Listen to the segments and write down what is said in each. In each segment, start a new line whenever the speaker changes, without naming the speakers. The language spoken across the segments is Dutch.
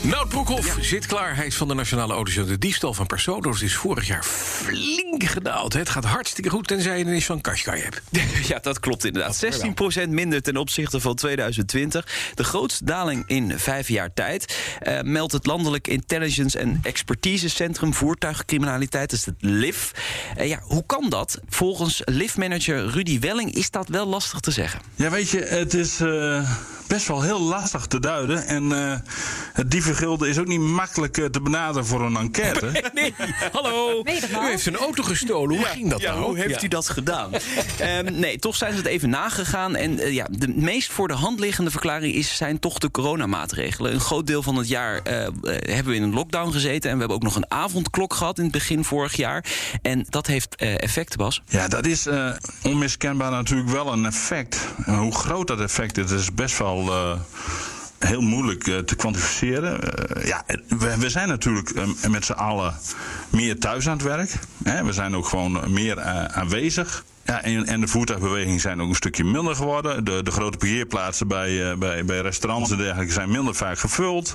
Nout Broekhoff zit klaar. Hij is van de Nationale Autoshow. De diefstal van personenauto's is vorig jaar flink gedaald. hè. Het gaat hartstikke goed, tenzij je er eens van Qashqai hebt.
Ja, dat klopt inderdaad. 16% minder ten opzichte van 2020. De grootste daling in vijf jaar tijd. Eh, meldt het Landelijk Intelligence en Expertise Centrum Voertuigcriminaliteit. Dat is het LIF. Eh, ja, hoe kan dat? Volgens LIF-manager Rudy Welling is dat wel lastig te zeggen.
Ja, weet je, het is eh, best wel heel lastig te duiden. En eh, het dievengilde is ook niet makkelijk eh, te benaderen voor een enquête.
Nee, hallo.
Meen je dat nou?
U heeft een auto gestolen. Hoe ging dat
ja,
nou?
Hoe heeft
Ja.
u dat gedaan? Ehm, nee, toch zijn ze het even nagegaan. En eh, ja, de meest voor de hand liggende verklaring is, zijn toch de coronamaatregelen. Een groot deel van het jaar eh, eh, hebben we in een lockdown gezeten. En we hebben ook nog een avondklok gehad in het begin vorig jaar. En dat heeft eh, effect, Bas.
Ja, dat is eh, onmiskenbaar natuurlijk wel een effect. En hoe groot dat effect is, is best wel eh, heel moeilijk eh, te kwantificeren. Eh, ja, we, we zijn natuurlijk eh, met z'n allen meer thuis aan het werk. Hè? We zijn ook gewoon meer eh, aanwezig. Ja, en, en de voertuigbewegingen zijn ook een stukje minder geworden. De, de grote parkeerplaatsen bij, eh, bij, bij restaurants en dergelijke zijn minder vaak gevuld.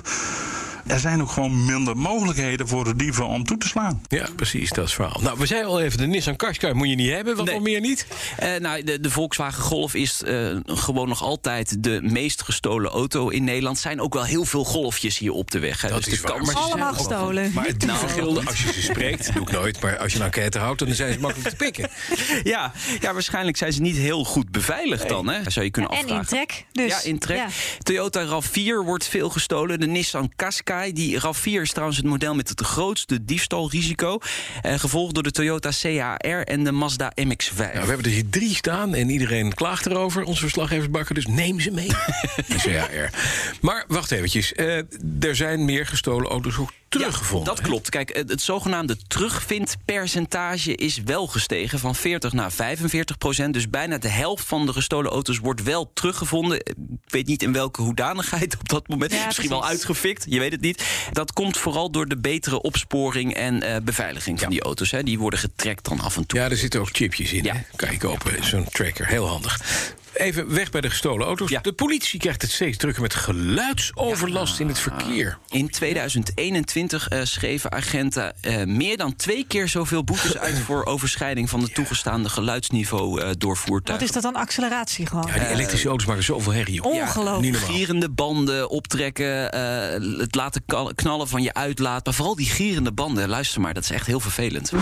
Er zijn ook gewoon minder mogelijkheden voor de dieven om toe te slaan.
Ja, precies, dat is het verhaal. Nou, we zeiden al even, de Nissan Qashqai moet je niet hebben. Wat
Nee.
nog meer niet?
Eh, nou, de, de Volkswagen Golf is eh, gewoon nog altijd de meest gestolen auto in Nederland. zijn ook wel heel veel golfjes hier op de weg. Hè.
Dat
dus
is
de
waar,
kans
maar ze
Allemaal gestolen.
Maar het
Nou,
dievengilde, als je ze spreekt, doe ik nooit. Maar als je een enquête houdt, dan zijn ze makkelijk te pikken.
Ja, ja, waarschijnlijk zijn ze niet heel goed beveiligd dan, hè? Zou je kunnen
En
afvragen.
in trek. Dus.
Ja, in trek.
Ja.
Toyota RAV4 wordt veel gestolen. De Nissan Qashqai. Die RAV4 is trouwens het model met het grootste diefstalrisico. Eh, gevolgd door de Toyota CHR en de Mazda MX-5.
Nou, we hebben er hier drie staan en iedereen klaagt erover. Onze verslaggevers bakken, dus neem ze mee. CHR. Maar wacht eventjes. eh, er zijn meer gestolen auto's ook teruggevonden.
Ja, dat klopt. Kijk, het, het zogenaamde terugvindpercentage is wel gestegen van 40 naar 45 procent. Dus bijna de helft van de gestolen auto's wordt wel teruggevonden. Ik weet niet in welke hoedanigheid op dat moment.
Ja,
Misschien wel
precies.
uitgefikt, je weet het niet. Dat komt vooral door de betere opsporing en eh, beveiliging van die auto's. Hè. Die worden getrekt dan af en toe.
Ja, er zitten ook chipjes in.
Ja.
hè? Kan je kopen, zo'n tracker. Heel handig. Even weg bij de gestolen auto's.
Ja.
De politie krijgt het steeds drukker met geluidsoverlast in het verkeer.
In 2021 eh, schreven agenten eh, meer dan twee keer zoveel boetes uit voor overschrijding van het toegestaande geluidsniveau eh door
Wat
voertuigen.
is dat dan? Acceleratie gewoon.
Eh,
Ja, die elektrische auto's maken zoveel herrie. joh.
Ongelooflijk.
Niet normaal.
Gierende banden optrekken, eh, het laten kal- knallen van je uitlaat. Maar vooral die gierende banden, luister maar, dat is echt heel vervelend.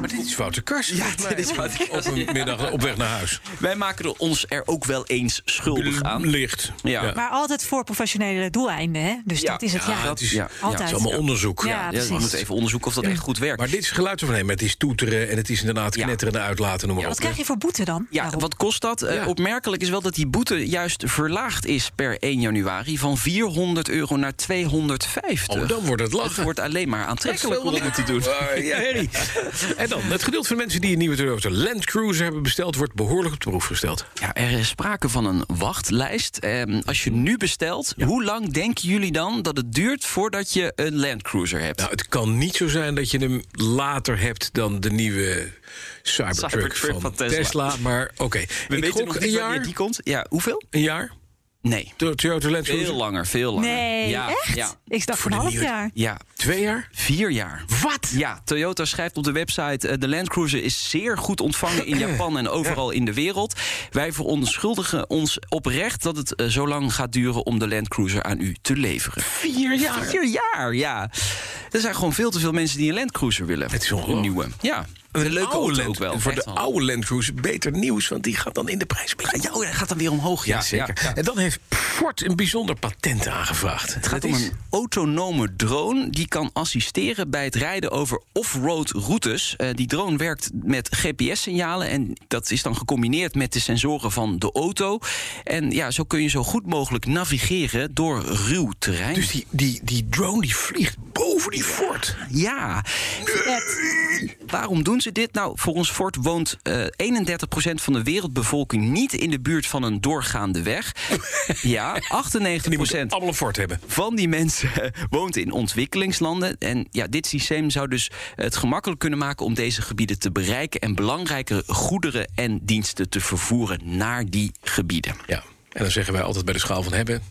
Maar dit is Wouter Kars. Ja,
dit is Wouter Kars,
Op een middag op weg naar huis.
Wij maken er ons er ook wel eens schuldig aan.
Licht.
Ja.
Maar altijd voor professionele doeleinden, hè? Dus
Ja.
dat is het.
Ja,
Ja,
het is,
ja,
het is
altijd.
allemaal onderzoek.
Ja,
Ja, we
precies.
moeten even onderzoeken of dat echt goed werkt.
Maar dit is geluidsovernemen. Het is toeteren en het is inderdaad
Ja.
knetterende uitlaten. Noem maar
Wat
op.
krijg je voor boete dan?
Ja,
Daarop?
wat kost dat? Eh,
Ja.
opmerkelijk is wel dat die boete juist verlaagd is per 1 januari. Van 400 euro naar 250.
Oh, dan wordt het lachen.
Het wordt alleen maar aantrekkelijk om het te doen.
Ah, ja, herrie. En dan, het gedeelte van de mensen die een nieuwe Toyota Land Cruiser hebben besteld... wordt behoorlijk op de proef gesteld.
Ja, er is sprake van een wachtlijst. Ehm, als je nu bestelt, hoe lang denken jullie dan dat het duurt voordat je een Land Cruiser hebt?
Nou, het kan niet zo zijn dat je hem later hebt dan de nieuwe Cybertruck,
Cybertruck
van,
van
Tesla.
Tesla.
Maar oké,
We
ik
weten
gok
nog
een
niet
jaar.
wanneer die komt. Ja, hoeveel?
Een jaar?
Nee,
De Toyota Land Cruiser?
veel langer, veel langer.
Nee,
ja,
echt?
Ja,
Ik dacht
Voor
een
de
half
nieuwe-
jaar.
ja,
Twee jaar?
vier jaar.
Wat?
Ja, Toyota schrijft op de website... eh, de Land Cruiser is zeer goed ontvangen in Japan en overal in de wereld. Wij verontschuldigen ons oprecht dat het eh, zo lang gaat duren... om de Land Cruiser aan u te leveren. Vier jaar? Vier jaar, ja. Er zijn gewoon veel te veel mensen die een Land Cruiser willen.
Het is
een
ongelooflijk.
nieuwe. Ja.
een
leuke
oude
auto
Land-
ook wel,
Voor
echt
de
wel.
oude Land Cruiser beter nieuws, want die gaat dan in de prijs. een beetje
Ja, oh, hij gaat dan weer omhoog. Ja,
Ja, zeker.
ja.
En dan heeft Ford een bijzonder patent aangevraagd.
Het gaat om een autonome drone die kan assisteren bij het rijden over off-road routes. Eh, die drone werkt met GPS-signalen en dat is dan gecombineerd met de sensoren van de auto. En ja, zo kun je zo goed mogelijk navigeren door ruw terrein.
Dus die, die, die drone die vliegt boven die Ford.
Ja. Vet. Waarom doen ze dit? Nou, volgens Ford woont eh 31% van de wereldbevolking niet in de buurt van een doorgaande weg. ja, 98%
Die moeten allemaal een Ford hebben.
van die mensen woont in ontwikkelingslanden. En ja, dit systeem zou dus het gemakkelijk kunnen maken om deze gebieden te bereiken en belangrijke goederen en diensten te vervoeren naar die gebieden.
Ja. En dan zeggen wij altijd bij de schaal van hebben.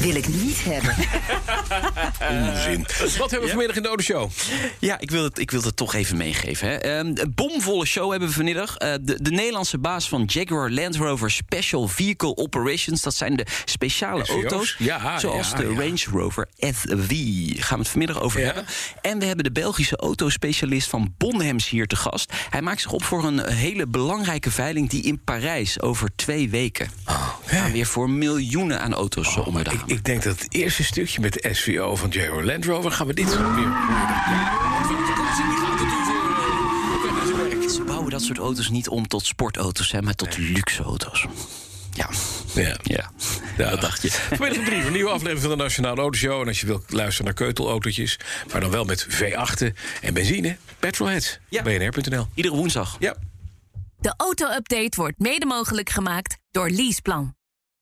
Wil ik niet hebben.
Onzin. Wat hebben we vanmiddag in de Ode Show?
Ja, ik wil het, ik wil het toch even meegeven. Hè. Ehm, een bomvolle show hebben we vanmiddag. Eh, de, de Nederlandse baas van Jaguar Land Rover Special Vehicle Operations. Dat zijn de speciale
SVO's?
auto's.
Ja,
zoals
ja,
de
ja.
Range Rover SV. Gaan we het vanmiddag over
Ja.
hebben. En we hebben de Belgische autospecialist van Bonhams hier te gast. Hij maakt zich op voor een hele belangrijke veiling die in Parijs over twee weken. gaan weer voor miljoenen aan auto's oh, om de
Ah, Ik,
hamer.
ik denk dat het eerste stukje met de SVO van Jaguar Land Rover gaan we dit weer horen.
Ze bouwen dat soort auto's niet om tot sportauto's, hè, maar tot luxe auto's. Ja.
Ja.
ja.
Ja, dat dacht je. Vanmiddag om drie, een nieuwe aflevering van de Nationale Autoshow. En als je wilt luisteren naar keutelautootjes, maar dan wel met V8'en en benzine, petrolheads,
Ja.
bnr.nl.
Iedere woensdag.
Ja.
De auto-update wordt mede mogelijk gemaakt door Leaseplan.